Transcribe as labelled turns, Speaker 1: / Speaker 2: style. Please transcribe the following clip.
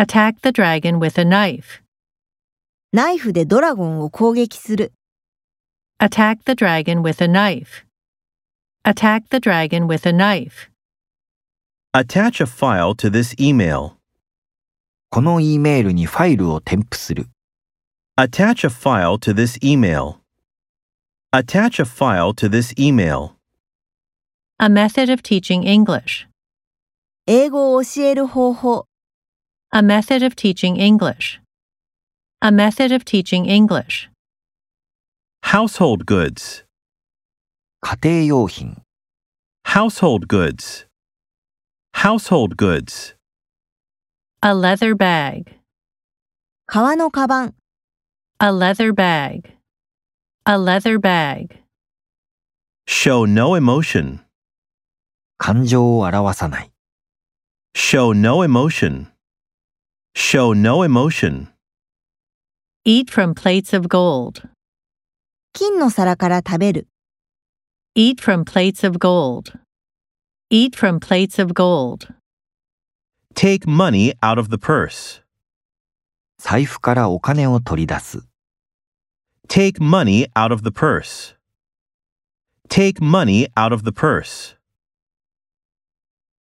Speaker 1: Attack the dragon with a knife.
Speaker 2: ナイフでドラゴンを攻撃する。
Speaker 1: Attack the dragon with a knife. Attack the dragon with a knife.
Speaker 3: Attach a file to this email.
Speaker 4: この E メールにファイルを添付する。
Speaker 3: Attach a file to this email. Attach a file to this email.
Speaker 1: A method of teaching English.
Speaker 2: 英語を教える方法。
Speaker 1: A method of teaching English. A method of teaching English.
Speaker 3: Household goods.
Speaker 4: 家庭用品。
Speaker 3: Household goods. Household goods.
Speaker 1: A leather bag.
Speaker 2: 革のカバン。
Speaker 1: A leather bag. A leather bag.
Speaker 3: Show no emotion.
Speaker 4: 感情を表さない。
Speaker 3: Show no emotion. Show no emotion.
Speaker 1: Eat from plates of gold.
Speaker 2: 金の皿から食べる。
Speaker 1: Eat from plates of gold. Eat from plates of gold.
Speaker 3: Take money out of the purse.
Speaker 4: 財布からお金を取り出す。
Speaker 3: Take money out of the purse. Take money out of the purse.